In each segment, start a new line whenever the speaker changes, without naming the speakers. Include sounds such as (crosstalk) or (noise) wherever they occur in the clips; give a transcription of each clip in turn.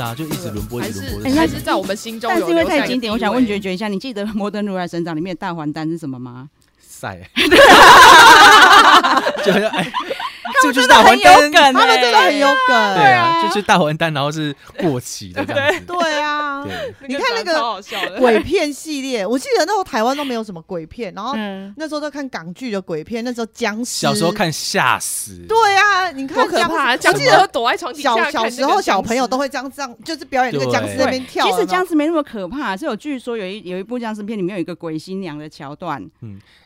啊，就一直轮播，一
还
直轮播
是
哎
的。
还是在我们心中
但
有
是因为
留下一
太
个
经典，我
地
想
位
问觉觉一下，你记得《摩登如来神掌》里面的大还丹是什么吗？
(laughs)
晒，就好像哎，这个就是大还
有
丹，
梗欸，
他们真的很有
对
梗，
啊，就是大还丹，然后是过期的这样子。
(laughs) 对啊，
对，
你看那
真的
个
超好笑的，
鬼片系列，我记得那时候台湾都没有什么鬼片，然后
嗯，
那时候在看港剧的鬼片，那时候僵尸，
小时候，看吓死。
对啊，你看
好可怕啊！
僵
僵
尸，
尸
我记
都
得
躲在床底下
小
看
小
那
时
个
候
僵
小朋友
尸
都会这样这样，就是表演那个僵尸在那边跳，
其实僵
尸
尸没那么可怕，是有据说有一有一部僵尸片里面有一个鬼新娘的桥段，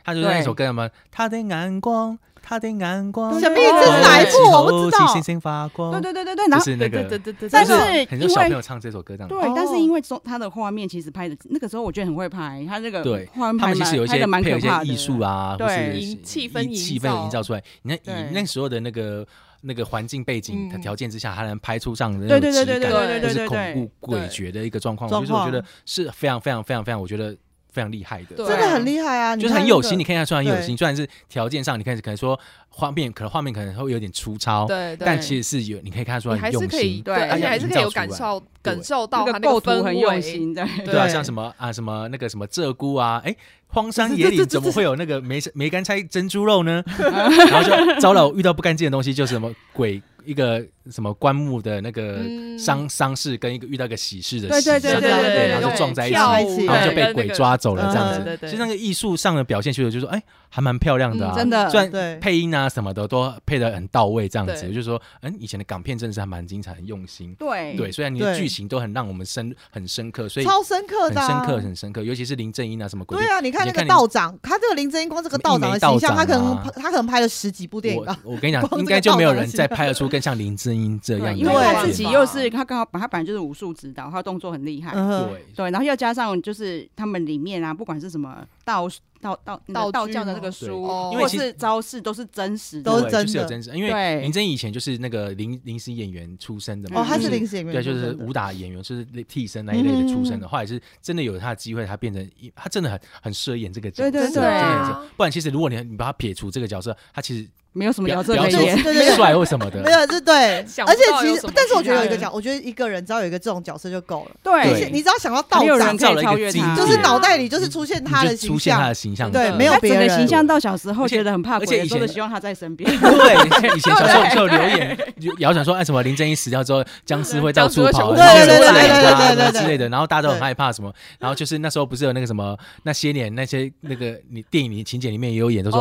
他就是那首歌嘛，他的眼光，他的眼光，哦
什么意思？这是哪一部？我不知
星
道。
星发光，
对对对对对，然
就
后
是那
对对
个，
对对
但
但
是
是很
因
多小朋
为
友唱这首歌这样。
对，但是因为中它的画面其实拍的那个时候，我觉得很会拍，它那个
对
画面
他们
拍
其
嗯蛮
实有一
拍
些
的蛮
配合
可
一
怕
些
的
艺术啊，或
对
是
营气氛
以气
营
氛
造
营造出来。你看
对
以那时候的那个那个环境背景的
嗯
条件之下，它能拍出这样的那
对对
种
对
质
对对
感，
对对
就
对
是
对
恐
对，
怖诡谲的一个状况，
状
就是我觉得
况
是非常非常非常非常，我觉得非常厉害的。
对
真的很厉害啊！
就是很有心，你看一下，虽然有心，
对
虽然是条件上，你看可能说画面，可能画面可能会有点粗糙，
对对，
但其实是有，你可以看得出来
你还是
用
可以
心。
对，
对
而且
它
还
要
是
营
可以
造
有
出
感
来
受感
对
受到
那
它
个
那个
构
氛
图很用
围
心，对，
对
对啊，像什么啊，什么那个什么鹧鸪啊，哎，荒山野
这这
岭
这
怎么会有那个梅梅干菜珍珠肉呢？然后就糟了，我遇到不干净的东西就是什么鬼，一个什么棺木的那个
嗯
丧丧事，跟一个遇到一个喜事的
对对
喜
对
事
对对对
然后就
对
撞在一起，
跳
然
舞
对
后就
跟
被
那
鬼
个
抓走了这样
嗯
子。
对对
其实那个艺术上的表现，觉得就是说，哎，还蛮漂亮的啊
嗯，真的
虽然
对
配音啊什么的都配的很到位，这样子，
对
就是说，嗯，以前的港片真的是还蛮精彩、很用心。
对
对，虽然你的
对
剧情都很让我们深很深刻，所以
超深刻
很
的啊，
深刻、很深刻，尤其是林正英啊什么鬼
对
片。
啊，你看那
你
个
看你
道长，他这个林正英光这个道长的
一枚道
形象，他可
长
能
啊
他可能拍了十几部电影
我
吧。
我跟你讲
啊 (laughs) 光这，个
应该就没有人
道长的
再拍得出更像林正英这样
对，啊
的
因为他
片
对
自己
吧
又是他刚好把他本来就是武术指导，他动作很厉害，
嗯哼，
对
对，然后又加上就是他们里面啊，不管是什么道道道那个
道
道
具
教的那
吗
个
对
书，
哦
因为
或
其实
是招式都是真实的，
都是
对
真
就是有
的
真实，因
对
为林正英以前就是那个临临时演员出身的嘛，
哦，他
就是
临时演员
对，
出
就
身的，
是武打演员，就是替身那一类的出身
嗯嗯
的，后来是真的有他的机会，他变成一他真的很很适合演这个角色，
对
真
对
的
对
很
啊
适合不然其实如果你你把他撇除这个角色，他其实
没有什么
不要
角色
不要
可
对
说
言。
对对对，
帅或什么的
没，有是对，
想不
而且
到
其
有
实
什么，
但是我
其
觉得
他
有一个
的
角，我觉得一个人只要有一个这种角色就够了。
对
你是你只要想到道
没有人
长，
可以超越
造了一
他，
个
就
境
是
界
脑袋里就是出现
你
他的
就
形
出现他
象
的，形象，
对，
嗯
没有
他整
别
个
人。
形象到小时候
而且
觉得很怕
而且
鬼，
以
都是
前
希望他在身边。
(laughs) 对，以前小时候就有留言，谣传说哎什么林正英死掉之后，僵尸会到处跑，
对
然后
对
就
对
来
对
啊
对对对对
之类的，然后大家都很害怕什么，然后就是那时候不是有那个什么那些年那些那个你电影里情节里面也有演，都说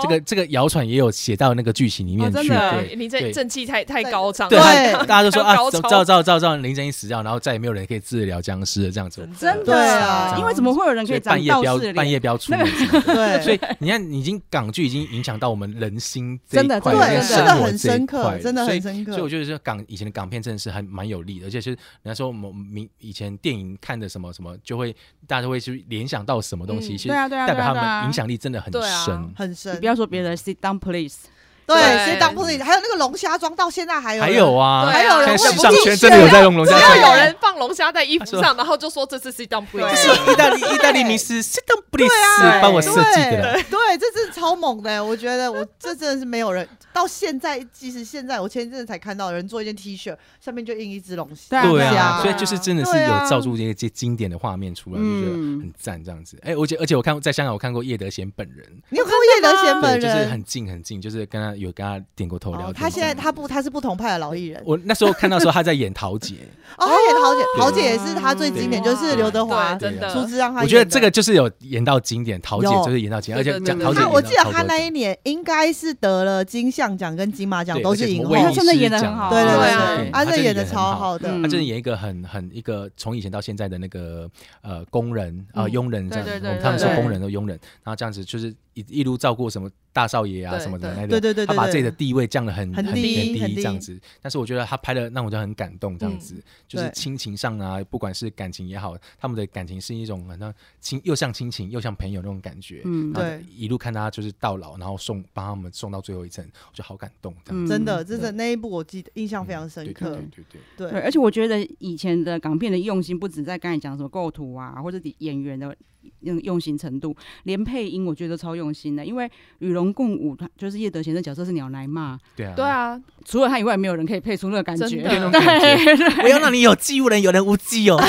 啊这个这个谣传也有写到那个剧情里面
哦真
去，
的
对
对，你这
对
正气太太
对
高涨
对，
了，
对
他大家都说
还
啊
有高潮
照照照照林正英死掉，然后再也没有人可以治疗僵尸了这样子， (laughs)
真
对啊
的，因为怎么会有人可
所以
长
半夜
道
不要
士
半
脸？
夜不要出
那个
门什么的。
对，
所以你看，已经港剧已经影响到我们人心这
真
一
的
块，
真的
跟
对，
是
生
真的
活
很
这一
深
块
刻，真的
所以
很深刻。
所以我觉得这港以前的港片真的是还蛮有力的，而且是人家说我们民以前电影看的什么什么，就会大家都会去联想到什么东西，
嗯
其
对
实
啊对啊
代
对
表他
啊对
们
啊
影！响力嗯真的很
对啊
深。
很
你
深
不，要说别人，sit down please。
对，
对
所以当不是还有那个龙虾妆，到现在还有
还有
人
啊，
对还有人
现在
会
时尚
不
圈
记
真的有
得
在用龙虾
只
圈。
对
啊要有人放龙虾在衣服上，然后就说这次是 down
这是意大利意大利名师 s i t o n b l i s 帮我设计的啦。
对啊对，这真的超猛的，我觉得我这真的是没有人到现在，即使现在我前一阵子才看到有人做一件 T 恤，上面就印一只龙虾，
对
对
啊
啊，
对
所以就是真的是
对啊
有造出一些经典的画面出来，就觉得
嗯
很赞这样子。哎，而且而且我看在香港我看过叶德娴本人，
你有看过叶德娴本
对，就是
人？
很近很近，就是跟他有跟他点过头聊天。
哦他现在
这样
他不他是不同派的老艺人
我那时候看到的时候他在演桃姐，
哦，他演豪姐，豪姐也是他最经典，就是刘德华
对，真
出
的，
资 (laughs) 让他演的。
我觉得这个就是有演到经典，桃姐
有
就是演到经典，而
对
且
对
讲
对
桃姐
对
他，
演
我
到
记得
超
他
多
那
种
一年应该是得了金像奖跟金马奖，
对
都
而且
是
什么
影后
卫。
他
医
真的
师
演得很
奖
好
对对
对
对
对
啊，
嗯他
这
真
演
的
的超
好。
好的，
嗯
他啊就是演一个很很一个从以前到现在的那个呃工人啊、呃
嗯
佣人这样
对
子，
对对
他们说
对
工人和佣人，然后这样子就是一一路照顾什么大少爷啊
对
什么的
对
那
对
个，
对对对，
他把自己的
对
地位降得很
很
很
低
低
很低
这
嗯
样子。但是我觉得他拍的让我就很感动，这样子、就是
对
亲情上啊，不管是感情也好，他们的感情是一种很像亲又像亲情又像朋友那种感觉。
嗯，
然后
对
一路看他就是到老，然后送帮他们送到最后一层，我就好感动，这样子、嗯
真的，
嗯
真的那一部我记得印象非常深刻
对。对对对
对
对，而且我觉得以前的港片的用心不止在刚才讲什么构图啊，或者演员的用用心程度，连配音我觉得都超用心的，因为《与龙共舞》它就是叶德娴的角色是鸟奶嘛，
对啊，
对啊，
除了他以外，没有人可以配出那个感
真
觉。
的
(laughs)
那种感
(laughs)
觉，我要让你有肌无人，有人无肌哦。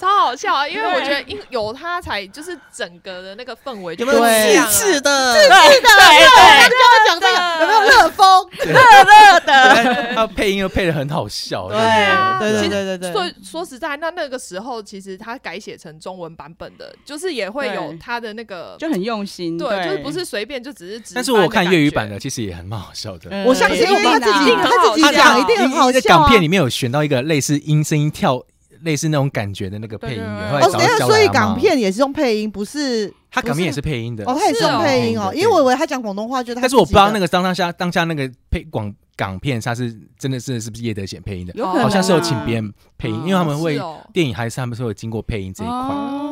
超好笑啊！因为我觉得因有他才就是整个的那个氛围
有
就
没
不一
有
样
刺刺
啊。
的？
对对
要讲这个有没有热风？
对他配音又配的很好笑，
对
啊
对对
其实
对对
所
对，
以说实在，那那个时候其实他改写成中文版本的，就是也会有
对
他的那个
就很用心。
对，就是不是随便就只是直翻的感觉。
但是我看粤语版的，其实也很蛮好笑的。
我相信嗯因为他自
啊一
己
定很好
他自己
笑
讲一定很好
在
笑
港
啊。
片里面有选到一个类似音声音跳，类似那种感觉的那个配音
对对
员。
对
后来
哦，
找
等
到
一下，
焦
所以
兰嘛
港片也是用配音，不是
他港片也
不
是配音的，
哦，他也是
是
用
哦
配音哦，
对
因为我以为他讲广东话，就他
但是我不知道那
个
个当下当下那个配广港片，他是真的是是不是叶德娴配音的？
有可能啊
好像是有请别人配音，因为他们会
是哦
电影还是他们是有经过配音这一块。
哦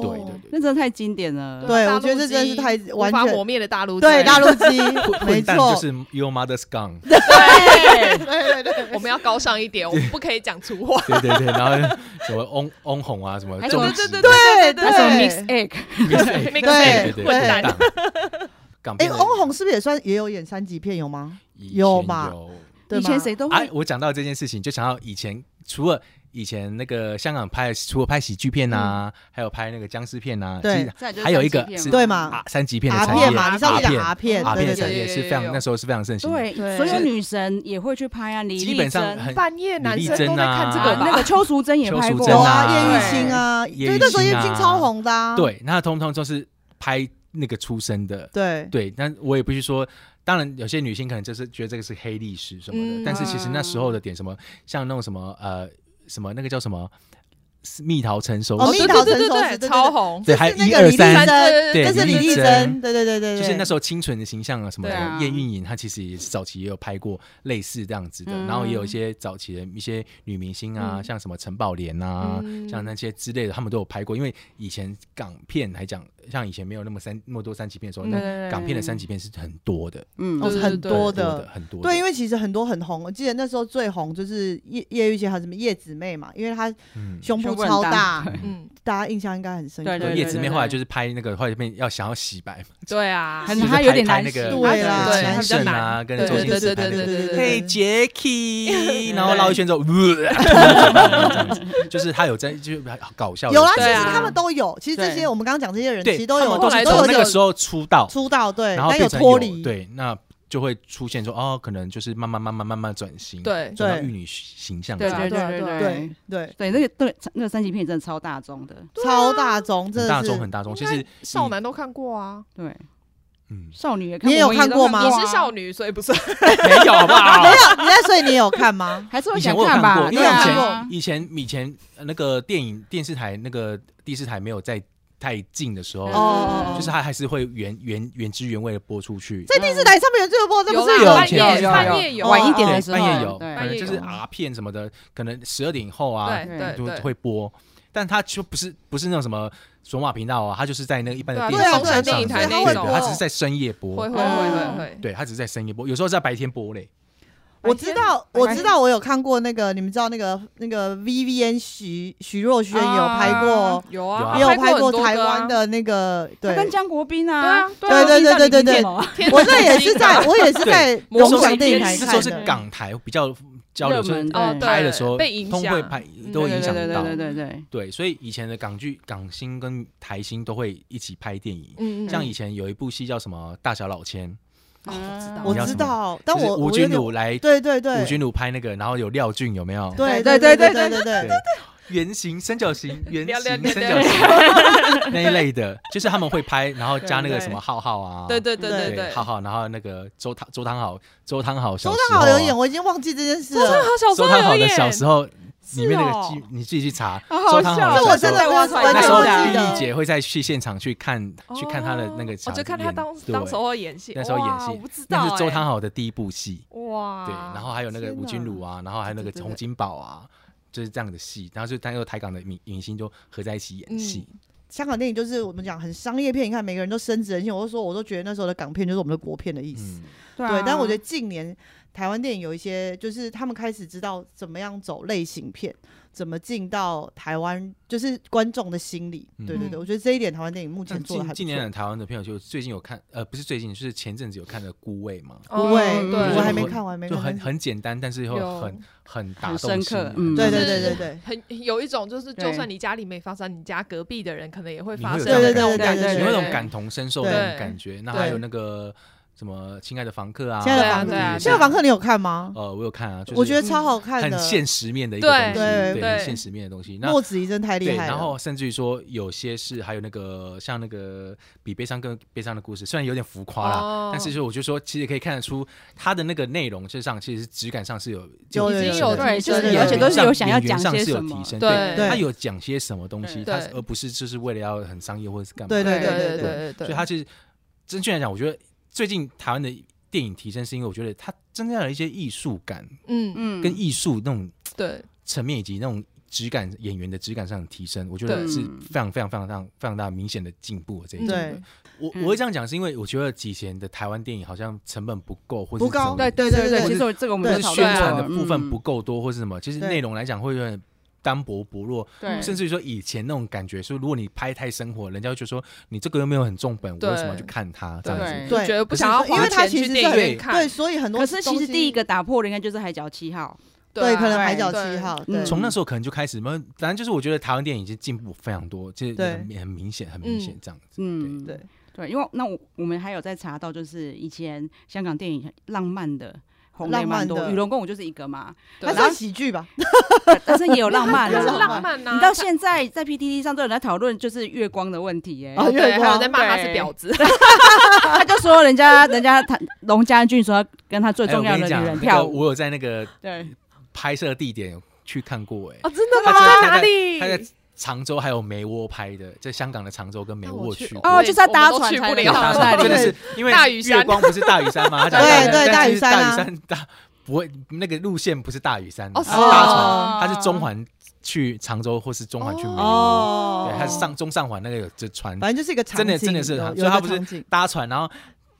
对对对，
那真的太经典了。
对
大
我觉得
陆
这真的是
机
太
无
完
法
全
磨灭的大陆
对
机
大陆机， (laughs) 没
混蛋
错
就，是 Your Mother's Gun，
对，
对对对，
我们要高尚一点，我们不可以讲粗话。
对对对，然后什么翁翁虹啊，什么
还有
中
哎对
指
对对对
对
那什么 mix
对
egg，
对
(laughs) 对
对对，
混蛋
对。港
哎，
片的
翁虹是不是也算也有演三级片有吗？
以前
有吧对
以
吗
前谁都
哎
会，。
我讲到这件事情，就想到以前除了以前那个香港拍，除了拍喜剧片啊，还有拍那个僵尸片啊，
嗯对
其实
再来就是
还有一个
三级片
是
对嘛
啊三级片的
阿
产
片
业，
嘛，你上次讲阿片，
阿
对
片的
对
产
对，
业是非
有有
常
有
那时候是非常盛行的，
对，
对
所有女神也会去拍啊，李
基
丽
本
珍
上很
半夜男生
李丽
都
珍
在
啊
看这
啊
个
那
吧
个？邱淑贞也拍
邱淑
过，
贞
有
啊
啊，叶玉卿啊，
对
对，那时候
叶玉
叶
卿啊
玉卿超红的啊，
对，那通通都是拍那个出身的，
对
对，但我也必须说，当然有些女性可能就是觉得这个是黑历史什么的，
嗯
但是其实那时候的点什么，像那种什么呃什么那个叫什么蜜桃成熟
哦
时，
蜜
对
桃
对对
成熟
对对，
时对
超红。
对，还
这是那
一
个
二
李丽
三
珍，
对
这是李
丽
丽
珍
珍，对对对对对，
就是那时候清纯的形象啊，什么
对
的
啊
燕运莹，她其实也是早期也有拍过类似这样子的，
嗯
然后也有一些早期的一些女明星啊，
嗯
像什么陈宝莲啊，
嗯
像那些之类的，他们都有拍过。因为以前港片来讲，像以前没有那么三那么多三级片的时候，那
对
港片的三级片是很多的，
嗯
哦
对
很
对
多
很
的
的，，很多的。
对，因为其实很多很红，我记得那时候最红就是叶叶玉卿还有什么叶姊妹嘛，因为她
嗯，
胸部
胸部很
超
大
大，
嗯，
大家印象应该很深刻。
对对
对
对
叶子妹后来就是拍那个，后来变要想要洗白嘛，
对啊，
很
就是
她有点
拍
难
那个
洗对啦
跟
对她
陈
较
比
胜
难
啊，跟
对
周
对
星
对
驰
对
拍
对
那个
对对对，
嘿
对
(laughs)
Jacky，然后绕一圈之后，就是他有在就是搞笑的，
有啦，其
对
实
啊
他们都有，其实这些
对
我们刚刚讲这些人，其
对，
实都
他
有
们都
后
是
来
都
都
从
有
那个时候出道，
出道，对，
然后
但
变
有
成
脱离，
对，那就会出现说哦，可能就是慢慢慢慢慢慢转型，，
对
转到
对
玉女形象这
对
样，
对
对啊
对
对啊
对对，
对，那个对那个三级片真的超大众的，
超大众，真
很
的
大
是
众很大众，其
应
实
少
你
男都看过啊。
对，
嗯
少女也看，
你也有
我们
看
都
过
过
吗
啊？
你是少女，所以不是
没有好不好
(laughs) 没？有，你在所以你有看吗
(laughs) 还是
以
会
前
想
我有看
看吧？
过，因为
对
以
啊
哦
前以前以前呃那个电影电视台那个第四台没有在太近的时
嗯
候
哦，哦哦
就是它还是会原原原汁原味的播出去。
在电视台上面有这个播，这不
啦
是
有
有
以前
半夜
有
半夜
有
有啊
晚一点
对
的时候
半夜有，
对
可能就是
半夜有
R 片什么的，可能十二点以后啊，
对对
都
对
会播。但它就不是不是那种什么索马频道啊，它就是在那个一般的
对
电视
啊对啊
上
对啊
上
电视台
的
那
对
种
对它只是在深夜播
会会，会会会，
对，它只是在深夜播，有时候在白天播嘞。
我知道，
白
我
天
知道，我有看过那个，你们知道那个那个 Vivian 徐徐若瑄有拍过，
有
啊
啊，
也有
拍
拍过
很多
台
歌啊
湾。的那个，
他
对，
跟江国斌
对啊
啊，，
对啊
对对对对对
天
我
之
那也
骄
是
子 (laughs)
在，我也是在
对
龙
那时候
翔
是
电影台
那时
看
候是
的。
港台比较交流，
热
所以
门
哦对
拍的时候
被影
通
响
会拍都会
对
影响
对对
到
对。对对对，
对，所以以前的港剧、港星跟台星都会一起拍电影。
嗯嗯，
像以前有一部戏叫什么《大小老千》，
哦
我
你要
知
什么
道，但
就是
我
吴
我有
君
点
如来，
对对对，
吴君如拍那个，然后有廖俊，有没有？
对
对
对
对
对
对
对
对
对，
圆形、三角
(laughs)
形、圆
聊
形、
聊
三角
聊聊
形 (laughs) 那一类的，就是他们会拍，然后加那个什么浩浩啊，
对对对
对
对，
浩浩，然后那个周汤周汤豪周汤豪小
周
时
汤
候
豪
啊
有演，我已经忘记这件事了。
他小时
周
候
汤
有
豪的
演，
小时候
是
里面那个
哦
记，你自己去查
好好
周汤豪的
笑
这
小
我
时
真
候
的忘
我
完
那
全
时候
忘
霹
记
雳
得。
姐会在去现场去看去看他的那个
哦我
场演，
就看他当
对
当时候演戏，
那时候演戏
哇我不知道
那是周
欸
汤豪的第一部戏，
哇，
对，然后还有那个
啊天
吴君
哪
如啊，然后还有那个
对对对
洪金宝啊，就是这样的戏，然后就他又台港的明明星就合在一起演
嗯
戏，
香港电影就是我们讲很商业片，你看每个人都深植人心。我就说，我都觉得那时候的港片就是我们的国片的意思。
嗯，
对
对
啊，
但我觉得近年台湾电影有一些，就是他们开始知道怎么样走类型片，怎么进到台湾，就是观众的心里。
嗯
对对对，
嗯
我觉得这一点台湾电影目前
像
做的
近
还不
近年来
错。
台湾的片友就最近有看，呃，不是最近，就是前阵子有看的《孤味》嘛，
不
哦
会，
对，
我还没看，我还没
就
看。
很
但是
很简单，但是又
有
很很打
很
动
深
心
刻
灵
嗯
对
就
对
是
对对对，
很有一种就是，就
对
算你家里没发生，你家隔壁的人可能也会
你
发
会
生
有
的
这
那
样的
种
感
感
觉
觉，
对对对对
有那种
对
感同身受的那种
对
感觉。那
对
还有那个什么《亲爱的房客》啊，
亲爱的房
客
对啊对啊
现在房客你有看吗？
呃，我有看啊，就是
我觉得超好看
很
的，
现实面的一个东西，
对
对，
对
很现实面的东西。那
莫子仪真的太厉
对，
害了。
然后甚至于说有些是还有那个像那个比悲伤更悲伤的故事，虽然有点浮夸啦，
哦
但是就我就说，其实可以看得出它的那个内容，事实上其实质感上是有
有有
提
有
升的
有有
对，就是
对对
而且
对
都是有想要
演员
讲
上
些
是有
什
提
么，
升，
对
他有讲些什么东西，
对
他是
对
而不是就是为了要很商业或者是干嘛，
对对
对
对
对对对，
所以他其实真确来讲，我觉得最近台湾的电影提升，是因为我觉得它增加了一些艺术感
嗯
嗯，
跟艺术那种
对，
层面以及那种质感演员的质感上的提升，我觉得
对
是非常非常非常非常非常大明显的进步的这一种。
嗯
对
我
嗯
我会这样讲，是因为我觉得以前的台湾电影好像成本不够，或者
不高
对
对对对，其实我这个我们
或
有
是
讨
宣
论
传
过
的部分不
嗯
够多，或是什么，其实
对
内容来讲会有点单薄薄弱，
对，
甚至于说以前那种感觉，说如果你拍太生活，人家会觉得说你这个又没有很重本，我为什么要去看它这样子？
对
就觉得不想要
因
花
为它
钱
其实
去
是
电影院看，
对，所以很多
可是其实
东西
第一个打破的应该就是《海角七号
对，
啊
可能
对
海角
对
七号，
嗯
对，
从那时候可能就开始，没有反正就是我觉得台湾电影已经进步非常多，这
对
很很明显，很明显
嗯
这样子。》。
嗯，
对
对，因为那我我们还有在查到，就是以前香港电影浪漫的。红
浪
的也蛮
漫
多，
的
与龙共舞就是一个嘛，
对
它
然后
算喜剧吧？
但是也有浪漫
(laughs)
它是
浪
啊。
浪漫呐，
你到现在在 PTT 上都有人在讨论，就是月光的问题耶、
哦
对，还有在骂他是婊子， (laughs)
他就说人家人家他龙家俊说跟他最
哎我
重要
跟
的
你
女
讲，
人
那
跳
个
舞，
我有在那个
对，
拍摄地点有去看过，哎，
哦，真的
他
吗？
在他在
哪
他在
里？
常州还有梅窝拍的，在香港的常州跟梅
那
窝
我去
过。
哦，就是要搭
我们
船
都去
才
不
能
了
到
大
哦
那
山
里，
真的是因为
大屿山
月光不是大屿山吗？他讲
(laughs) 对
大屿山但其
对
实
大
大
屿山啊
屿山大不会那个路线不是大屿山，
哦
是
是
搭船，
哦
它是中，环去常州或是中环去梅窝，
哦
对，它是上中上环那个有这船
反正就是一个场
真
景，
的真的是
有
所以
有一个
它不是
场景
搭船，然后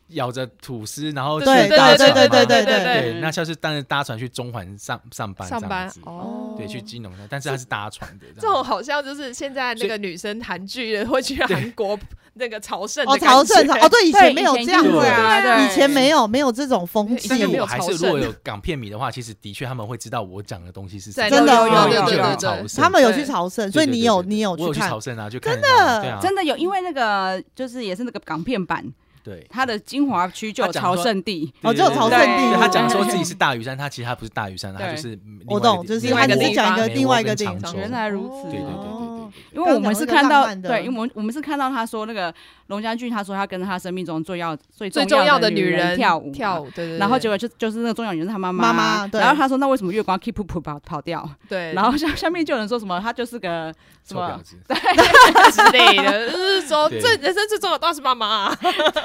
咬着吐司，然后去
对
搭
对
船
对对
嘛
对对
对
对，那像是当时搭船去中环上上班
上
这
班
样子，
哦，
对，去金融但是它是搭船的，
这
样
种好像就是现在那个女生韩剧会去韩国那个朝圣的
哦，
感觉
朝圣朝哦，对，以前没有这样子
对
啊，
啊，对，
以前没有没有这种风
以前
气
但
也
是
没有
我还
朝
是如果
圣
有港片迷的话，其实的确他们会知道我讲的哦东西是什
在
么
真的有有
他们
有有
就
有有
朝
有
圣
他们有
对
去朝圣，
对
所以
对
你
对
有
对
你有
我有去
看
朝，圣啊，就看人
真
家
的
对啊，
哦真的有，因为那个就是也是那个港片版，
对。
它的精华区就有
他讲说
朝圣地，
哦，
对
就有朝圣
对
对
地，
对他讲说自己是大屿山，他其实他不是大屿山，他
对
就是另外一个
我懂，
地
就是
另外
他
一个
只
地
是
方
讲一个
梅
另外一
窝
个
跟
地
常
方
州
原来如此，
对对对对
哦
对
因为我们是看
刚刚讲那个浪
到，
漫的
对，因为我们我们是看到他说那个龙家俊，他说他跟他生命中最要最
最重
重
要
的
的女
人跳舞
跳
舞。
舞，对对，
然后结果就就是那个重要女人是他妈
妈妈对
然后他说那为什么月光 keep 跑跑跑掉？
对，
然后下下面就有人说什么他就是个什
臭婊
么
子，
之类的， (laughs) 就是说
对
最人生最重要的当然是妈妈 (laughs) 啊，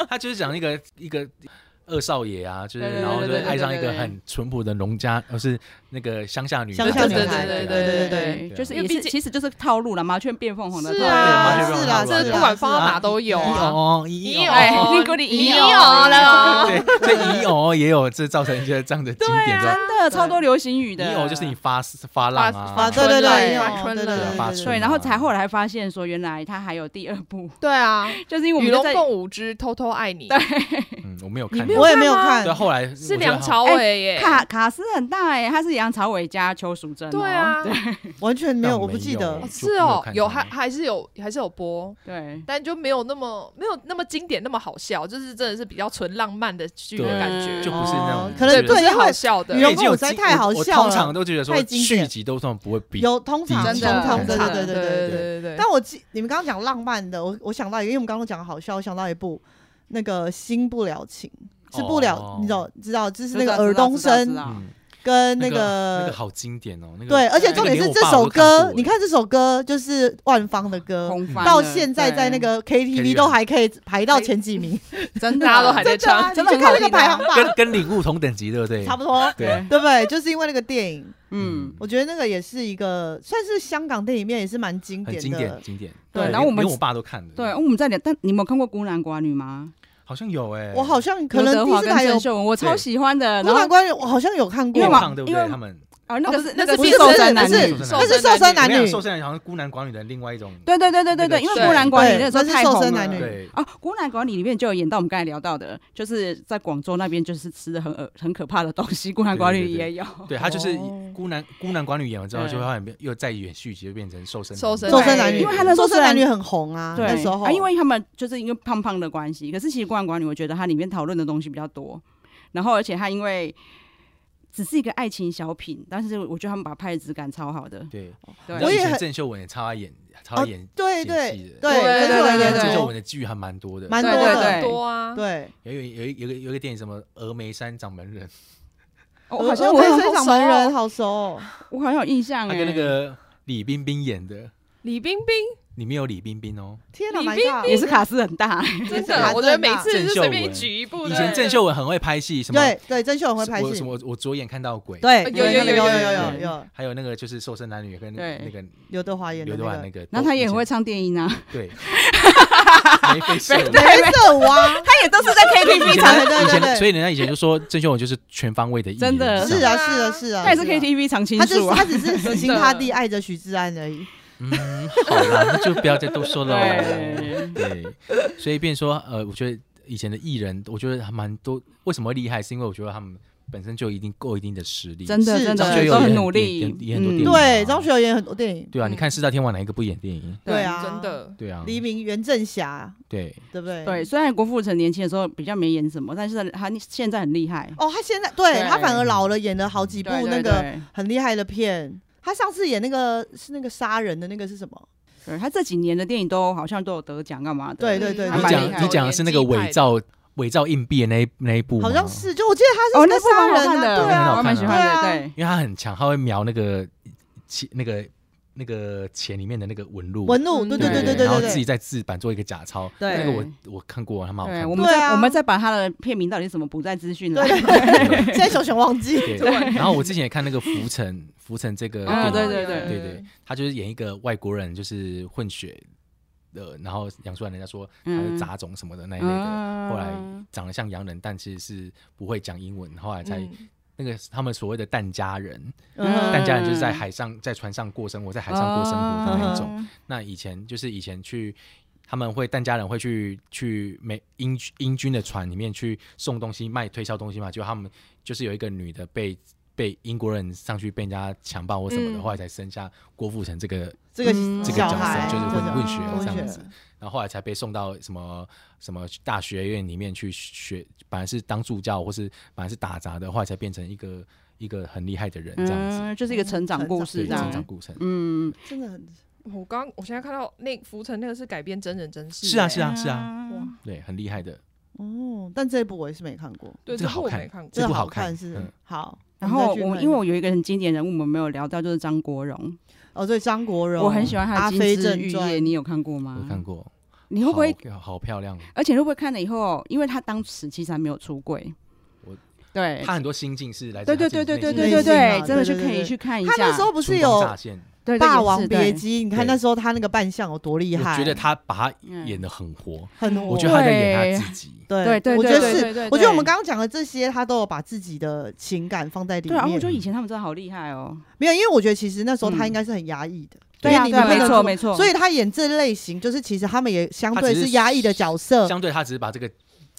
他就是讲一个一个二少爷啊，就是
对对对
然后就
对对对
爱上一个
对对
很淳朴的农家，而是那个乡下女孩，
乡下女
对
孩
对
对对对
对
就是
因
也
为
是
毕竟
其实就是套路了，麻雀变凤凰的套
是
路。
啊，
对
是
啦
啦，
是啦
这
是
不管放到哪都有
一
啊，
哦一
已有
哦，
哎尼古里
已
已
有啊
有
了，
对，所以一哦也有这造成一些这样的经
啊
典的，
真的超多流行语的，
一哦就是你发发浪啊，
发
啊，对对
春
对，
蕾
也有
春
对对
蕾
对
发
对
春
对
对，然后才后来发现说原来他还有第二部，
(laughs)
(laughs)
对啊，
就是因为我
与
们就
龙
在
共舞之偷偷爱你，
嗯，我没有看
你没有
过，
我也没有
看吗
看
对，，后来我
是
觉得
梁
好
朝伟耶，
卡卡斯很大哎、他是杨朝伟加邱淑贞、哦，
啊对啊，
完全没有，
但
我
我
不
没
记
有
得
欸
哦，
就是没有
哦
看，
有
他
还还是有还是有播，
对
但就没有那么没有那么经典，那么好笑，就是真的是比较纯浪漫的剧的
对
感觉，
就不是那种
哦，可能
对不
对，
是
因为
好笑的
因。为
已经有
实在
经
太
我
好
我
笑
通
了
常都觉得说
太经典
续集都通常不会比
有通常
真
通
的
常
真的
对
对对对对对。
对对
但我记你们刚刚讲浪漫的，我我想到一个，因为我们刚刚讲好笑，我想到一部那个《新不了情》，是不了，
哦
你知道知道，就是那
知
个
道
尔
知道
冬
知道知
升
道
嗯
跟
那那个
个。
好经典哦，那个
对，而且
那个
重点
连
是
我
这
爸
首
都看
歌
过，
你看这首歌就是万芳的歌，
红番
到
了
现在在那个 KTV
KTV
都还可以排到前几名，
对真的
大家都还在
对 (laughs) 啊，
真的
你
很
去看
好
那个
听
排
啊
行，榜，
跟跟领悟同等级，对不对？
差不多，
对，嗯
对不对？就是因为那个电影，
嗯，
我觉得那个也是一个算是香港电影里面也是蛮经
很
典
经典
的，
经典。
对
连
然后我们
连我爸都看的，
对，我们在聊，但你们有看过《孤男寡女》吗？
好像有哎，
我好像可
刘德
能第
华
一次
跟
还有
郑
《
秀文，我超喜欢的。
孤
然
男
后
寡女》，我好像有看哦
因
过
为
因为嘛
胖对不
因
对？
为
他们
啊，那个是
那
个
是
是
变
瘦
身
身
男
男
是
女
瘦，身
(laughs)
那是瘦身
我
男
跟你讲
女，
瘦身男好像孤男寡女的另外一种，
对对对对对对，因为
那个
孤男寡女那时候
那是
太
瘦
红
身
了
男。女，
对，
啊，《孤男寡女》里面就有演到我们刚才聊到的，就是在广州那边就是吃的很恶很可怕的东西，《孤男寡女
对》对对
也有。
(laughs) 对他就是
哦
孤男孤男寡女演完之后，
对
就会后来变又再演续集，就变成瘦身
瘦身
瘦身男女，
因为他那时候
瘦身男女很红啊，
对，
那时候
啊，因为他们就是因为胖胖的关系，可是其实《孤男寡女》我觉得它里面讨论的东西比较多，然后而且它因为只是一个爱情小品，但是我觉得他们把拍的质感超好的。
对，你
对
知道
我
以
也
前
很
郑秀文也超爱演，超爱演，
对对
演戏的
对
对
郑秀文
对
也
对
郑
很
秀
红
文的剧还蛮多的，
蛮多
对对对
的，
多啊，
对，
有有有一有一个有一个电影什么《峨眉山掌门
嗯
人》，
哦，好像
我
我
跟
有
生
好
掌
熟
门
哦
人好熟哦，
我好像有印象
他
哎、
跟那个李冰冰演的，
李冰冰
里面有李冰冰哦。
天哪，
李
蛮
冰
大的
也是卡斯很大、哎
(laughs) 真
也是
的
(laughs) 蛮，
我觉得
正
每
大
次就
郑秀
随便
文
举一部，
以
对
前郑秀文很会拍戏，什么
对对，郑秀文会拍
我什
戏，
么我左眼看到鬼，
对，
有有有
有有
有
有
有
有
还有那个就是瘦身男女跟
对
那个
刘德华演的
刘德华那
那个，
个，
然后他也
都
很会唱电音啊， (laughs)
对，眉飞色舞。
没色舞啊，
他也都是
(laughs)
在 KTV
以
对
前
唱
对
人
的，
家，以前
对对
人，所以人家以前就说郑秀文就是全方位的艺人，
真的
是
这样
啊是啊是啊，
他也是
啊
KTV 常青
他
树
就是
啊。
他只是死心塌地爱着许志安而已。
嗯，好啦，那就不要再多说了哦。
对，
对，所以变说，呃，我觉得以前的艺人，我觉得还蛮多，为什么厉害，是因为我觉得他们本身就一定够一定的实力，
真的
是
真
张学
的
友
都
也
很
很也
努力，
也很多
嗯
电影
对，张学友演很多电影，
对啊，你看四大天王哪一个不演电影？
对啊
真的，
对啊，
黎明、袁振霞，
对，
对不对？
对，。虽然郭富城年轻的时候比较没演什么，但是他现在很厉害。
哦，他现在对
对
他反而老了，演了好几部
对
那
对
个
对，
很厉害的片。他上次演那个是那个杀人的那个是什么？
对他这几年的电影都好像都有得奖干嘛的。
对对对
嗯
对
你
蛮厉害
讲你讲的是那个伪造伪造硬币的那一那一部吗，
好像是，就我记得他
哦，
是
那
个
部蛮好
杀
看
人
的，
啊，对
那部
啊，
我还蛮喜欢的。
对啊
对，
因为他很强，他会描那个钱那个那个钱里面的那个纹路，
文路，对对对对对
然后
对
自己
对，
在制版做一个假钞，
对
那个我我看过，他蛮好
对，
看
我
的。
们
对
再
啊
我们再把他的片名到底是什么补在资讯了。
对
(laughs)
对
(laughs) 现在熊熊忘记，
对，然后我之前也看那个《浮城》，《浮城》这个
啊
电影
对对
对对，他就是演一个外国人，就是混血的，然后养出来人家说他是杂种什么的那一类的，
嗯
后来长得像洋人，但其实是不会讲英文，后来才
嗯
那个他们所谓的疍家人，
嗯
疍家人就是在海上在船上过生活，在海上过生活的那一种。
嗯
那以前就是以前去，他们会但家人会去去美英英军的船里面去送东西卖推销东西嘛，就他们就是有一个女的被被英国人上去被人家强暴或什么的，
嗯
后来才生下郭富城这个，
这个
嗯
这个
小
角色
孩
就是
这
混
个
混血
混
这样
血
子然后后来才被送到什么什么大学院里面去学，本来是当助教或是本来是打杂的，后来才变成一个一个很厉害的人这样子，
嗯，就是一个成长故事
对，
这
成长
样。
故事。
嗯，
真的很
我刚我现在看到那浮城那个是改编真人真事，
是啊，
欸
是啊，是啊，
哇，
对，很厉害的，
哦。但这一部我也是没看过，
对，
这个
部
好
我
看
没看过
这
这
部好
好
看
是
嗯
好。
然后
们再去
我
看
因为我有一个很经典人物，我们没有聊到，就是张国荣，
哦，对张国荣，
我很喜欢他
阿
的《
飞
金枝
正
玉
传
叶》，你有看过吗？
我看过。
嗯你会不会？
好好漂亮？
而且会不会看了以后，因为他当时其实还没有出柜，
我
对
他很多心境是来自
哎对
他
对
自己
对对对
内
对
心的
对对，
内心啊
真的是
对对
可
对
以
对
去看一
他那
下
时。候不
出
是
光
有
乍现
对，
《
这个
霸
也
王
是
别
对
姬》，你看那时候他那个扮相有多厉
我
害，
觉得他把他
嗯哦
演的很活，
很火，
我觉得他在演他自己。
对
对对
我觉
对
得
对
是
对对，
我觉得我们
对
刚刚讲的这些，他都有把自己的情感放在里
对啊，我
面
觉。得以前他们真的好厉害哦。
没有，因为我觉得其实那时候他
嗯
应该是很压抑的，
对
因
啊，
为你
对啊，
你不
没
能
错
做
没错。
所
以
以他演这类型，就是其实他们也相
他
对
只
是
是
压抑的角色，
相对他只是把这个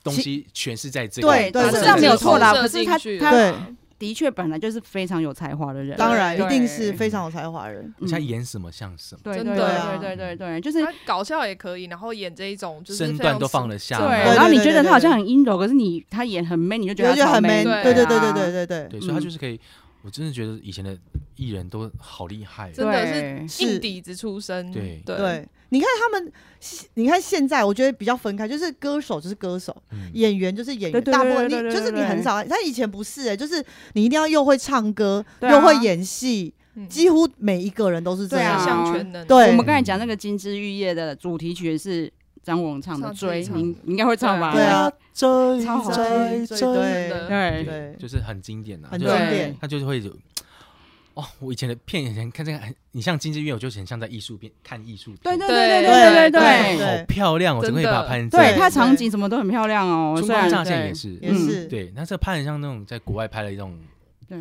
东西诠释在这个
对对
角
对
色
这样没有
错啦
投射
可是他
进去
他
了
对
的确本来就是非常有才华的人，
当然一
对
定是非常有才华的人。
嗯
他演什么像什么，
对对
真
对
的
对
啊
对对对，就是
他搞笑也可以，然后演这一种就是
身
非
段
常
都放
俗
得下
对，
嘛。
对
然后你觉得
对
他好
对
像很阴柔，可是你他演很 man，你就觉
我
得
觉
他
得
超
很 man，
对
对对
啊
对对对对对，
对，所以
嗯
他就是可以，我真的觉得以前的艺人都好厉害。啊
真的是
对
是
硬底子出身，
对
对
对。你看他们，你看现在我觉得比较分开，就是歌手就是歌手，
嗯
演员就是演员，
对对
大部分你
对对对
就是你
对
很少，他以前不是哎、就是你一定要又会唱歌，
对啊
又会演戏，
嗯
几乎每一个人都是这
对
十
啊
样。
项全能，
对
我们刚才讲那个《金枝玉叶》的主题曲也是张国荣唱的
上
《
次
追》，
唱
你你应该会唱吧？
对啊，
追
超好
追追
真
对
的
对对
对
就是很经典啊，
很
就
经
是
典。
他就是会有。哦，我以前的片以前看这个很，你像《金枝玉叶》，我就很像在艺术片看艺术
对
片，
对
对
对对对
对对
好漂亮哦，
真
怎么可以
的
把它拍成这
对，
样？
他
对
场景什么都很漂亮哦。
春
虽然
光乍现
对
也是，嗯
也是
对，那这拍很像那种在国外拍的一种
对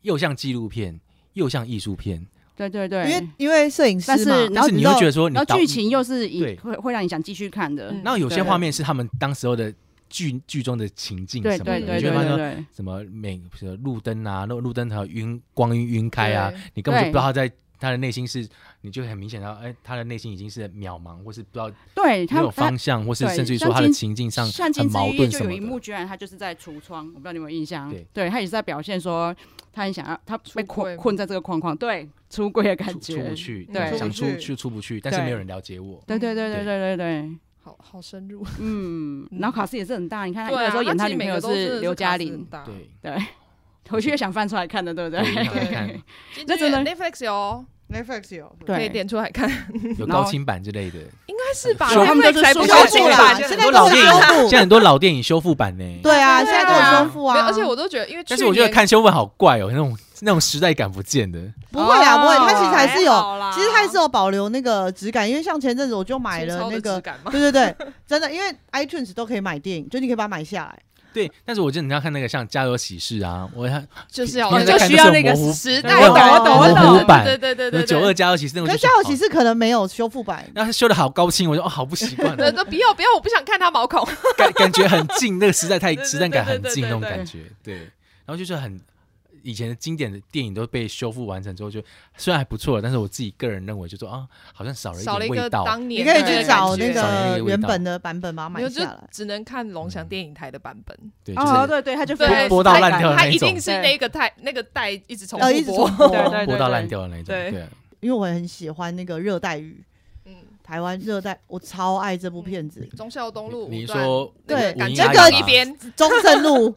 又像纪录片，又像艺术片，
对对
因
对，
为因为摄影师
但是
嘛，
然
但
后
是你
知
会
道
觉得说你
然后
导
剧情又是
对
以会会让你想继续看的，
嗯
然后有
对
些画面是他们当时候的剧剧中的情境
对
什么的，
对
你
对
就
对
会发现
对
说
对，
什么每比如路灯啊，路路灯还有晕光晕晕开啊
对，
你根本就
对
不知道他在他的内心是，你就很明显到，哎、他的内心已经是渺茫，或是不知道
对
没
他
有
们他
方向，或是
对
甚至于
像
说他的
金
情境上
像《
很
金枝
矛
玉叶》
盾
就
什
有
么
一幕，
的。
居然他就是在橱窗，我不知道你有没有印象？
对
他也是在表现说他很想要，他被
出柜
困
吗
困在这个框框，对，出轨的感
出
觉，
出不去，
对
想
出
出
不去
就出不去，但是
对
没有人了解我。
对对对
对
对对对对，
好好深入。 (laughs)
嗯，
嗯
然后卡斯也是很大，你看他
对
那
啊，
时候演
他
他
其实
女
每
朋友
个都是
刘
是
嘉
卡斯
玲
很，大
对，
回去也想翻出来看的，对不
对，
对？
很好看，
金
那
枝
真的
Netflix 有哦
Netflix 有
可以
对，
点出来看， (laughs)
有
然后
高清版之类的。
应该是吧？
是他
们都
Netflix
是
才不
说
高
修
修
清
复
复
啦，
版，
现
现
在
在
都
都
有
有
修
修现在
复，
很多老电影修复版呢，
对啊，现
对啊
在都有修复
没有
啊。
而且我都觉得，因为去
但是我觉得
年
看修复好怪哦，那种那种时代感不见的。
不会啊，
哦
不会，它其实还是
还
有，
好啦
其实它还是有保留那个质感，因为像前阵子我就买
粗
了
糙的
那
质
个，
感嘛，
对对对， (laughs) 真的，因为 iTunes 都可以买电影，就你可以把它买下来。
对，但是我觉得你要看那个像《家有喜事》啊，我看
就是要
平常
就
在看
需要
那
那个
模糊
时
那
代
个
感，
模糊
懂懂
版
对对对对对，
九二家有喜事那种
可
就是哦觉
家
得好，
有喜事可能没有修复版，
那他修的好高清，我就哦好不习
(laughs)
惯
对，
哦，
都不要不要，我不想看他毛孔。
感感觉很近，那个时代太
对对
时代感
对
很
对
近
对
那种
对
感觉，对。然后就是很以前的经典的电影都被修复完成之后，就虽然还不错，但是我自己个人认为就说啊，好像少了一
少了
点
一
味
个
道。
当
你
年，
可以
对
去找那
感觉少了那
个
个味道
原本的版本把它
没
买
有就
下来。
只能看龙翔电影台的版本，
对，就是
哦，对对，他就
对
播播到烂掉的
它
那一
一
种
定，是那个代那个代一直重
呃，一
复
直重
播， (laughs)
播，
对对
播到烂掉的那一种，
对
对。
因为我很喜欢那个热带雨，
嗯，
台湾热带，我超爱这部片子，
忠孝东路
你
五
你
段
说
那个
对
感
文
情
英
阿
另
姨
一
吧
边，
中正路，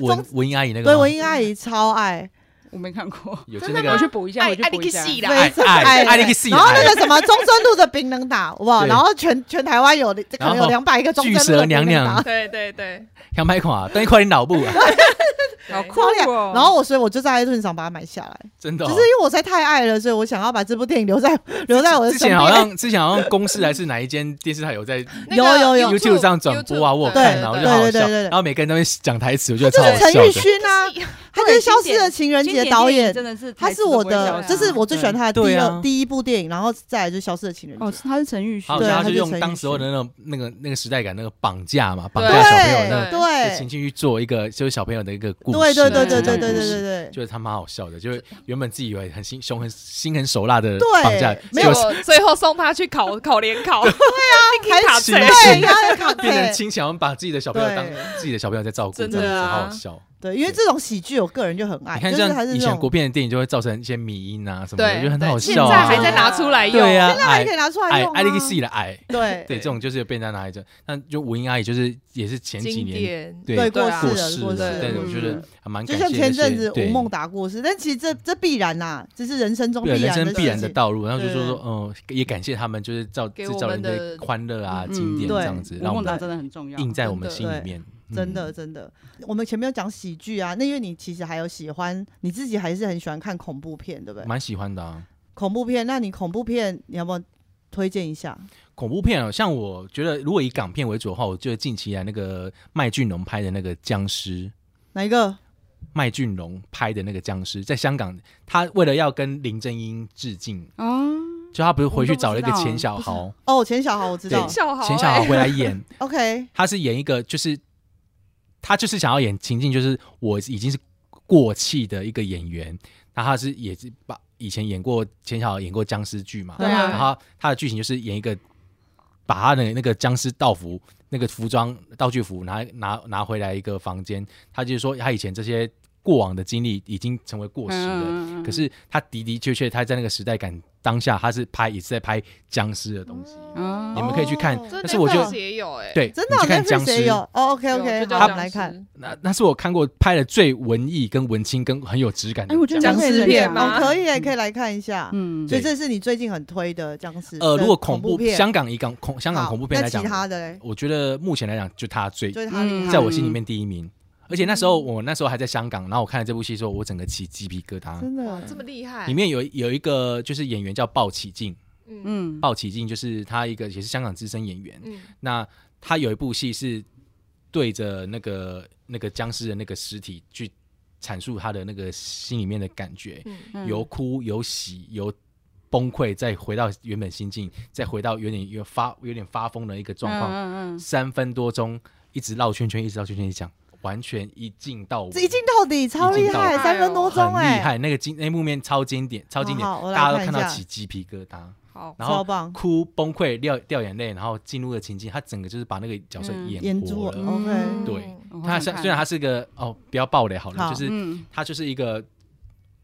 文文英阿姨 (laughs) 那个吗，
对我英阿姨超爱，
我没看过，
(laughs)
有些
真
那
的
个
我
吗
去补一
哎
下，
爱
我去
爱
补
你
一
去
下。
戏啦，
非
(laughs)
常
爱爱
爱
那个戏
然后
爱
那个什么中正路的冰能打，好不好？
对
然后全全台湾有可能
然后
有两百个中正
巨
路
蛇
的冰
娘
能打
娘，
对对对，
想拍款啊，但一块你脑部啊，
好
酷
超亮
哦
然后我所以我就在 iTunes 上把它买下来，
真的
只
哦。
是因为我实在太爱了，所以我想要把这部电影留在留在我的
之
身
前好
边。
像之前好像公司还是哪一间电视台有在
那
有
个
有有
YouTube 上转播啊，我有
对
看啊，我觉
对
得好好
对
笑。
对对
然后每个人都会讲台词，我觉得
就
超好
是
笑
陈奕
的。
迅啊，他就是《消失的情人节》导演，他是我
啊
的，这是我最喜欢他的第
对
二、
啊
第一部电影，然后再来就是《消失的情人节》
哦，他是陈奕迅
好，
对
然后
他
就是用
陈奕
当时候
迅
的那种那个那个时代感，那个绑架嘛，绑
对
架小朋友那
对
种
对
情境去做一个就是小朋友的一个故
对
事，啊
对对
故
对
事
对对
故
对
事
对对。
就是他蛮好笑的，就是原本自以为很心胸很心狠手辣的
对
绑架，
没
没
结
有
果
最后送他去考考联考，对啊
还
卡
是
谁？
对，然后卡
变成
对
亲情，把自己的小朋友当
对
自己的小朋友在照顾，
真
真
的
的是好
啊
好笑。
对，因为这种喜剧我个人就很爱，
你
哎就
看
是
像
还是
以
这
前国
种，
片的电影就会造成一些迷因啊什么的，
对
就很好
现
笑
在
啊。
还在拿出来用，
对呀，
还
矮
可以拿出来
矮
用啊。
爱丽丝的矮，
对
对，这种就是被人家拿来着。但就吴英阿姨就是也是前几
经
年
典，
对
对
过
对啊
世
世
了，过世
了，
了
对，
嗯
我觉得还蛮
就
感
像
谢
前
那
阵
些
子
对
吴孟达过世，但其实这这必然呐，这是人生中
对
必
人
然的
生
事
必然的
情。
道路，然后就
对
说说嗯，也感谢他们就是造
给
制
我
造人
们的
的欢乐啊、
嗯
经典
对
这样子，
吴
让我
孟达
们
真的很重要，
印在我们
真的
心
对
里面。
真
嗯
的，真的，我们前面有讲喜剧啊，那因为你其实还有喜欢，你自己还是很喜欢看恐怖片，对不对？
蛮喜欢的啊。
恐怖片，那你恐怖片你要不要推荐一下？
恐怖片哦，像我觉得如果以港片为主的话，我觉得近期啊来那个麦浚龙拍的那个僵尸，
哪一个？
麦浚龙拍的那个僵尸，在香港，他为了要跟林正英致敬，
啊，
就他不是回去找了一个
我都不知道
钱小豪，
哦，钱小豪我知道
对
笑好
钱小豪
欸
回来
(laughs)
演，
，OK，
他是演一个就是他就是想要演情境，就是我已经是过气的一个演员，那他是也是把以前演过钱小豪演过僵尸剧嘛，
对
然
啊
后他的剧情就是演一个把他的那个僵尸道服、那个服装、道具服拿拿拿回来一个房间，他就是说他以前这些过往的经历已经成为过时了。
嗯
可是他的的确确，他在那个时代感当下，他是拍也是在拍僵尸的东西。
啊
你们可以去看
哦
这
但是我觉得
Netflix 也有哎，
对，
嗯真的哦
你去看
Netflix
僵尸
也有哦，OK
有
OK，
就叫
好，我
僵
们来看
尸
那那是我看过拍的最文艺、跟文青、跟很有质感的。
哎我觉得
这样
僵尸片
哦
吗，
可以耶，可以来看一下。
嗯
所以
对
这是你最近很推的僵尸。
呃，
的
如果恐
怖
怖
片，
香港以港恐香港恐怖片
好
来讲
那其，他的嘞，
我觉得目前来讲就它最
就是他嗯厉害
在我心里面第一名。而且那时候我那时候还在香港，然后我看了这部戏之后，我整个起鸡皮疙瘩。
真
哇
的，
这么厉害
里，面有有一个就是演员叫鲍起静，
嗯
嗯，
鲍起静就是他一个也是香港资深演员。
嗯，
那他有一部戏是对着那个那个僵尸的那个尸体去阐述他的那个心里面的感觉，
嗯，
嗯
由哭由喜由崩溃，再回到原本心境，再回到有点有发有点发疯的一个状况，
嗯嗯嗯
三分多钟一直绕圈圈，一直绕圈圈，一直讲完全一镜到尾，
这一镜到底，超厉
一镜
害，
到
三分多钟
很厉
哎、
害，那个经那部面超经典，超经典，
好好我来
大家都
看一
看到
下
起鸡皮疙瘩，
好，
然后
超棒
哭崩溃掉掉眼泪，然后进入了情境，他整个就是把那个角色
嗯
演
演住
活
我
了。
嗯
，OK，
对
嗯，
他虽虽然他是个哦，不要暴雷好了，
好
就是
嗯
他就是一个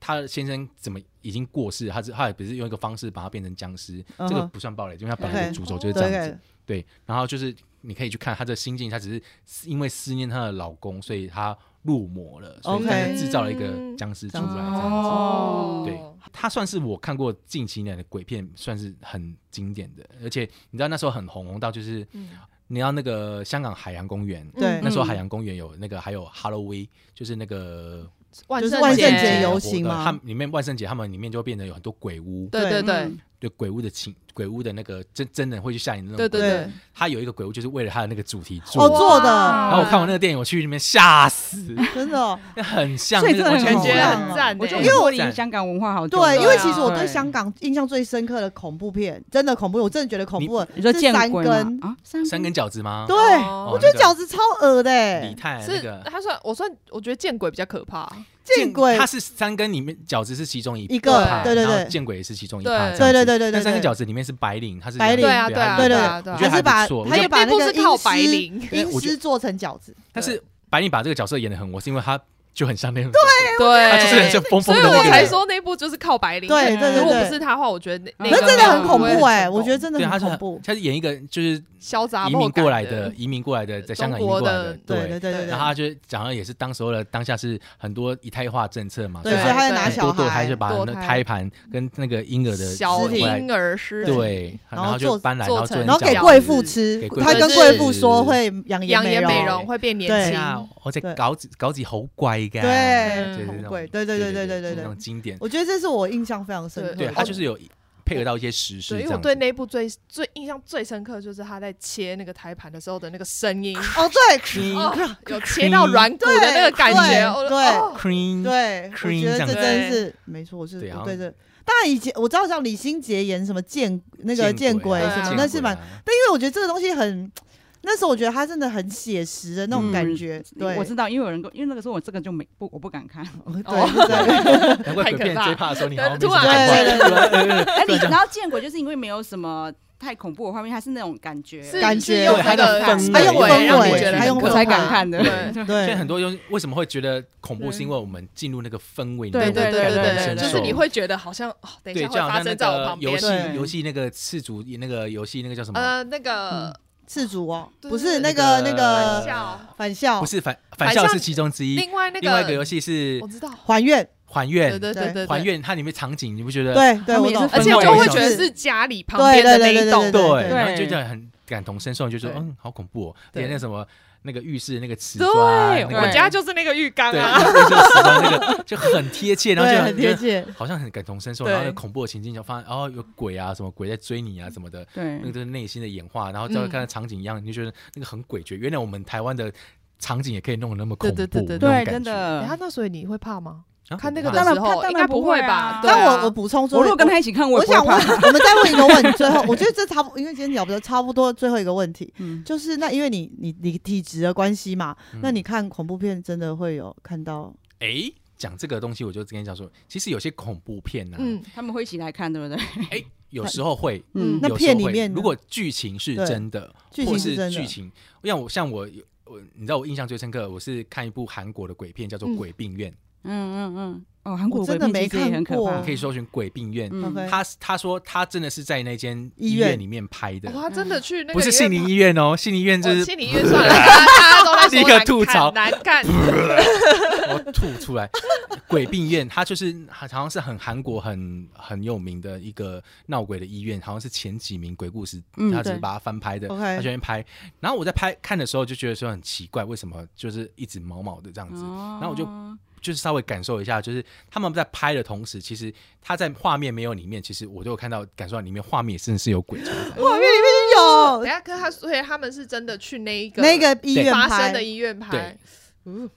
他的先生怎么已经过世，他是他也不是用一个方式把他变成僵尸，
嗯哼
这个不算暴雷，因为他本来的
OK
主轴就是这样子
对。，
对，然后就是你可以去看他的心境，他只是因为思念她的老公，所以她入魔了，所以
OK
才制造了一个僵尸出来这样子。
哦
对，它算是我看过近几年的鬼片，算是很经典的，而且你知道那时候很红，红到就是
嗯，
你要那个香港海洋公园，
对
那时候海洋公园有那个还有 Halloween，就是那个
万
就是
圣
万圣
节
节
活
游
动
行吗
他们里面万圣节，他们里面就会变得有很多鬼屋，
对对
嗯
对
就鬼屋的情，鬼屋的那个真真人会去吓你的那种。
对对对，
他有一个鬼屋，就是为了他的那个主题做
哦
的。
做的
哇
然后我看完那个电影，我去里面吓死，
真的哦、
那很像，
所以
那个
真的
完全
感
很
不一
觉
样
好
很
看
赞欸，
我就
对
因为
脱
我
离香港文化好久了，
对，因为其实我
对啊
对香港印象最深刻的恐怖片，真的恐怖，我真的觉得恐怖的
你说
是
见
三
鬼吗
根，
啊，三
三根饺子吗？
对，
哦
我觉得
那
饺
个
子超恶的、
李
欸，
泰哎那
是
个
他算我算我觉得见鬼比较可怕，
见鬼
他，是三根里面饺子是其中一
一个
派
对对对
然后见鬼也是其中一
对
派，这样子
对对对对对
但
对，
三根饺子里面是白领，他是
白领
他
对啊
是
对啊
对对
白领
对
我
啊
觉得
他
还
是把
不错，我
他
觉
就
得
把那
并不
个
是靠
阴
白
尸
领，
对我
阴
觉
尸做成饺子，
但是白领把这个角色演的很活，是因为他就很像那种角色，
对，
他就是很像疯疯
所以
的那
我
个
才
人。
说那部就是靠白领，
对对
如
对
果不是
对，
他的话，我觉得那
可
那
是
个
真的很
没有
恐
不会
怖哎、
成功
我觉得真的
对，他
很
是
恐
很
怖，
他是演一个就是
潇洒
移民过来
的
的，移民过来的，在香港移
中
民
国
过来的
的，
对对对对，
然后他就讲的也是当时候的当下是很多一胎化政策嘛，
对，
所
所以
以
他
他
就拿
很
小
多堕胎
孩
就，把
堕
那
胎
胎盘跟那个婴儿的
小
尸体来
婴儿尸体
对，然
然后
后就
做
搬来，
做
然后做成
成
然后给
饺子
贵妇吃
给，贵妇
他跟
吃
贵妇说会养
养颜美
美
容会变年
对
对
轻，
啊，我在
对
搞几搞几猴乖噶，就是
对
那种
很贵对对对对对对
那
对
种经典，
我觉得这是我印象非常深刻的。
对
对
他就是有配合到一些时事
对，
这
因为我
样
对
子。
那一部最最印象最深刻就是他在切那个胎盘的时候的那个声音，
哦，对
嗯
哦，有切到软骨的那个感觉，我
对
哦
Cream，
对，我
嗯 Cream
觉
这
得
样
这
子
真是没错，我是
对啊
我对这。当然以前我知道像李心洁演什么见那个见鬼
啊
什么
见，
那是蛮，
蛮
但因为我觉得这个东西很，那时候我觉得他真的很写实的
嗯
那种感觉。对，
嗯我知哦道，因为有人跟，因为那个时候我这个就没不，我不敢看。
对对
难怪
太
鬼
可
片
怕
最怕的时候，你好像
对
没什么
突然
感觉
(laughs) 哎，你然后见鬼就是因为没有什么太恐怖的画面，它是那种感觉，
是
感觉
是用那个
对
氛
它用
围
氛
让
围
你觉得
它用
很可
我
怕
才敢看的。
(laughs)
对
对
现在
对
很多东西为什么会觉得恐怖，
对
是因为我们进入那个氛围，
对
你
对
会
对
感同
对对，
身
就
受
是你会觉得好像哦，等一
对，
下
就
会
好
发
像那
生在我
个
旁
游
边。
戏
对
游戏那个赤足那个游戏那个叫什么？
呃，那个
赤足哦，
对
不是
那
那个
个
那
玩
个
笑，
返校
不，是反
反
反校
校
是其中之一，
另外那
另外一个
个
游戏是
我知道，
还愿，
还
对
愿，
对对对，
还愿它里面场景你不觉得？
对对，
他们
我
也
懂
是，
而且
分
就
为
会
一
觉得
种
是家里旁
对
边的
对
那
对对
一栋
对，
对，
对
然后就觉得很感同身受，就说嗯，好恐怖，哦，
对
连那什么那个浴室那个瓷
对，
砖，那个
我家就是那个浴缸
对，
啊，
浴室瓷砖那个就很贴切，然后
对
就
很贴，
就
切，
好像很感同身受，
对
然后那个恐怖的情境就发现哦，有鬼啊，什么鬼在追你啊，什么的，
对
那个，就是内心的演化，然后再看到场景一样，你就觉得那个很诡谲。原来我们台湾的场景也可以弄得那么恐怖，
对对
那
对对
种
对，
感
真
觉。
等一下
的。
那所以你会怕吗？
啊
看那
我
个
不怕
的
当然
时
怕
候
当
应
然
该
不
会
会啊
吧？对
但
啊
我我补充说，
我如果跟他一起看，
我
也不会
想问，
怕。
我们再问一个问题，最后我觉得这差不，因为今天聊不差不多最后一个问题，
嗯，
就是那因为你你你体质的关系嘛，
嗯
那你看恐怖片真的会有看到
哎，讲这个东西，我就跟你讲说，其实有些恐怖片呢，
嗯
他们会一起来看，对不对？
哎，有时候会，
嗯，
那
有时候
片里
会
面呢
如果剧情是
对
真的，
剧
或
情
是
真
剧
的，
情，像我像我我，你知道我印象最深刻，我是看一部韩国的鬼片，叫做《
嗯
鬼病院》，
嗯嗯嗯。哦，韩国
我
鬼
真的
片其实
没
也
看
很可
过
怕哦
你可。以搜寻《鬼病院》
嗯
OK
他他说他真的是在那间医
医院
院里面拍的，
哇，真的去哦那个
啊不是
医院
心灵医院哦，心灵医院
哦
就是
心理医院算了，大家大家都在说
立刻吐槽
难看，难
我吐出来。 (laughs) 鬼病院，它就是好像是很韩国很很有名的一个闹鬼的医院，好像是前几名鬼故事，
嗯
他只是
对
把它翻拍的，
OK
他全拍。然后我在拍看的时候就觉得说很奇怪，为什么就是一直毛毛的这样子？
哦
然
后我就就是稍微感受一下，就是他们在拍的同时，其实他在画面没有里面，其实我都有看到感受到里面画面也真的是有鬼存在。
画面里面有
等一下，可是他所以他们是真的去那一个
那个医院
发
拍
生的医院拍
对，
嗯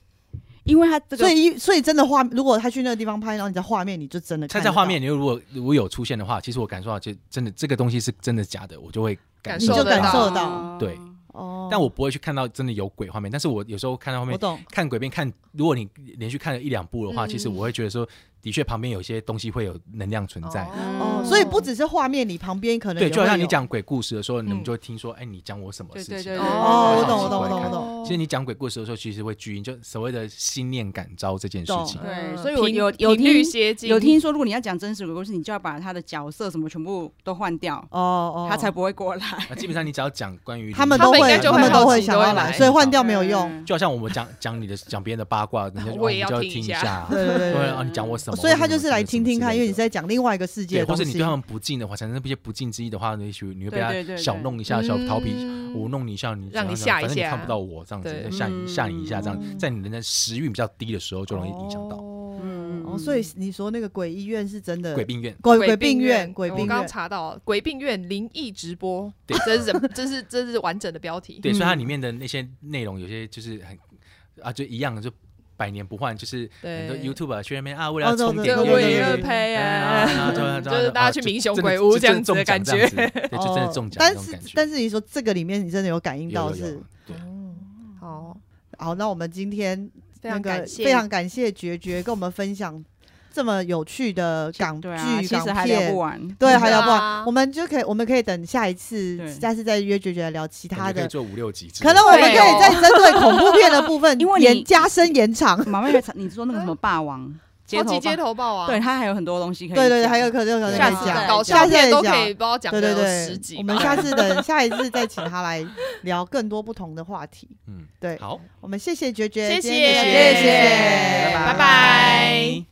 因为他这个
所以所以真的画，如果他去那个地方拍，然后你在画面，你就真的
他
看
在
得
画
到
面，，你如果如果有出现的话，其实我感受到，就真的这个东西是真的假的，我就会感
感
受
你就
得
感
到
受得
啊
到
对
哦
但我不会去看到真的有鬼画面，但是我有时候看到后
我
面
懂，
看鬼片看，如果你连续看了一两部的话，
嗯
其实我会觉得说，的确旁边有一些东西会有能量存在。
哦，所以不只是画面里旁边可能
对，
也
就好像
会
你
有
讲鬼故事的时候，你们
嗯
就会听说，哎、你讲我什么
对
事情？
对对对
哦，我懂我懂我
对
懂我
对
懂，
其实你讲鬼故事的时候，其实会聚因，就所谓的心念感召这件事情
懂。
对，
嗯
所以我
频
有有
频率
听
接近，
有听说，如果你要讲真实的故事，你就要把他的角色什么全部都换掉，
哦哦，
他才不会过来。
那基本上你只要讲关于
他们
灵
都
他们应
会
该就
他们
会好
都会
奇
想
都会
要
来
来，所以换掉没有用，
嗯，
就好像我们讲讲你的讲别人的八卦，人家就
我也
哦
要
你就听
听一
一
下
下，
(laughs) 对对对
对
对
啊，你讲我什么？
所以他就是来
我什么
听听看，因为你是
之类的
在讲另外一个世界
对，
的
或
东
是
西，
你对他们不敬的话，产生一些不敬之意的话呢，也许你会被
对对
他
对对
小弄一下，小逃避，
嗯
我弄你一下，你
让你
怎样
吓一
怎样反正你
下
看不到我这样子，
对
吓你吓你一下这样，
嗯
在你人的食欲比较低的时候，就容易影响到
嗯，
嗯
哦，所以你说那个鬼医院是真的
鬼病院。
哦鬼鬼病院，鬼
哦我
病
刚
院，
查到鬼病院灵异直播，
对
这是人，这是这是完整的标题。
对，所以它里面的那些内容有些就是很啊，就一样就百年不换，就是很多
对
YouTube 啊去那边啊，为了
哦
要
对
充
对
点
就
对
阅
为
率
了
对
配
啊，
啊，
然后然后
就是
然后
大家
啊
去
就
冥想
真的
鬼
就
屋
真
这样子
中
的
奖
感
这样
觉
子对，就真的中奖那
哦但
种
是
感觉。
但是你说这个里面你真的有感应到
有有有
是
对
哦好，
好，那我们今天
非
那
常
个
感谢，
非常感谢绝绝跟我们分享这么有趣的港剧
对啊，其实
港
还聊
片
不。完。嗯 (laughs)
对，
对
还聊不完
啊，
我们就可以，我们可以等下一次
对，
下次再约绝绝来聊其
感觉
他
可以
的。
做五六集之类
可
的，
能我们可以
对哦
再针对恐怖片的部
(laughs)
分
因为你
延加深延长。
马妹，你说那个什么霸王街
超
头
级
霸，
街头报啊，
对他还有很多东西可以。
对对对，还有。可能有可能
下
再
次
再
讲，
搞
下
笑
次
片
再
都
讲
可以，不知道讲
对
个
对
有
对
十集
我
吧
们。下次等下一次再请他来聊更多不同的话题。
嗯，
对，
好，
我们谢谢绝绝，
谢
今
谢，
天
谢
的谢谢，
拜拜。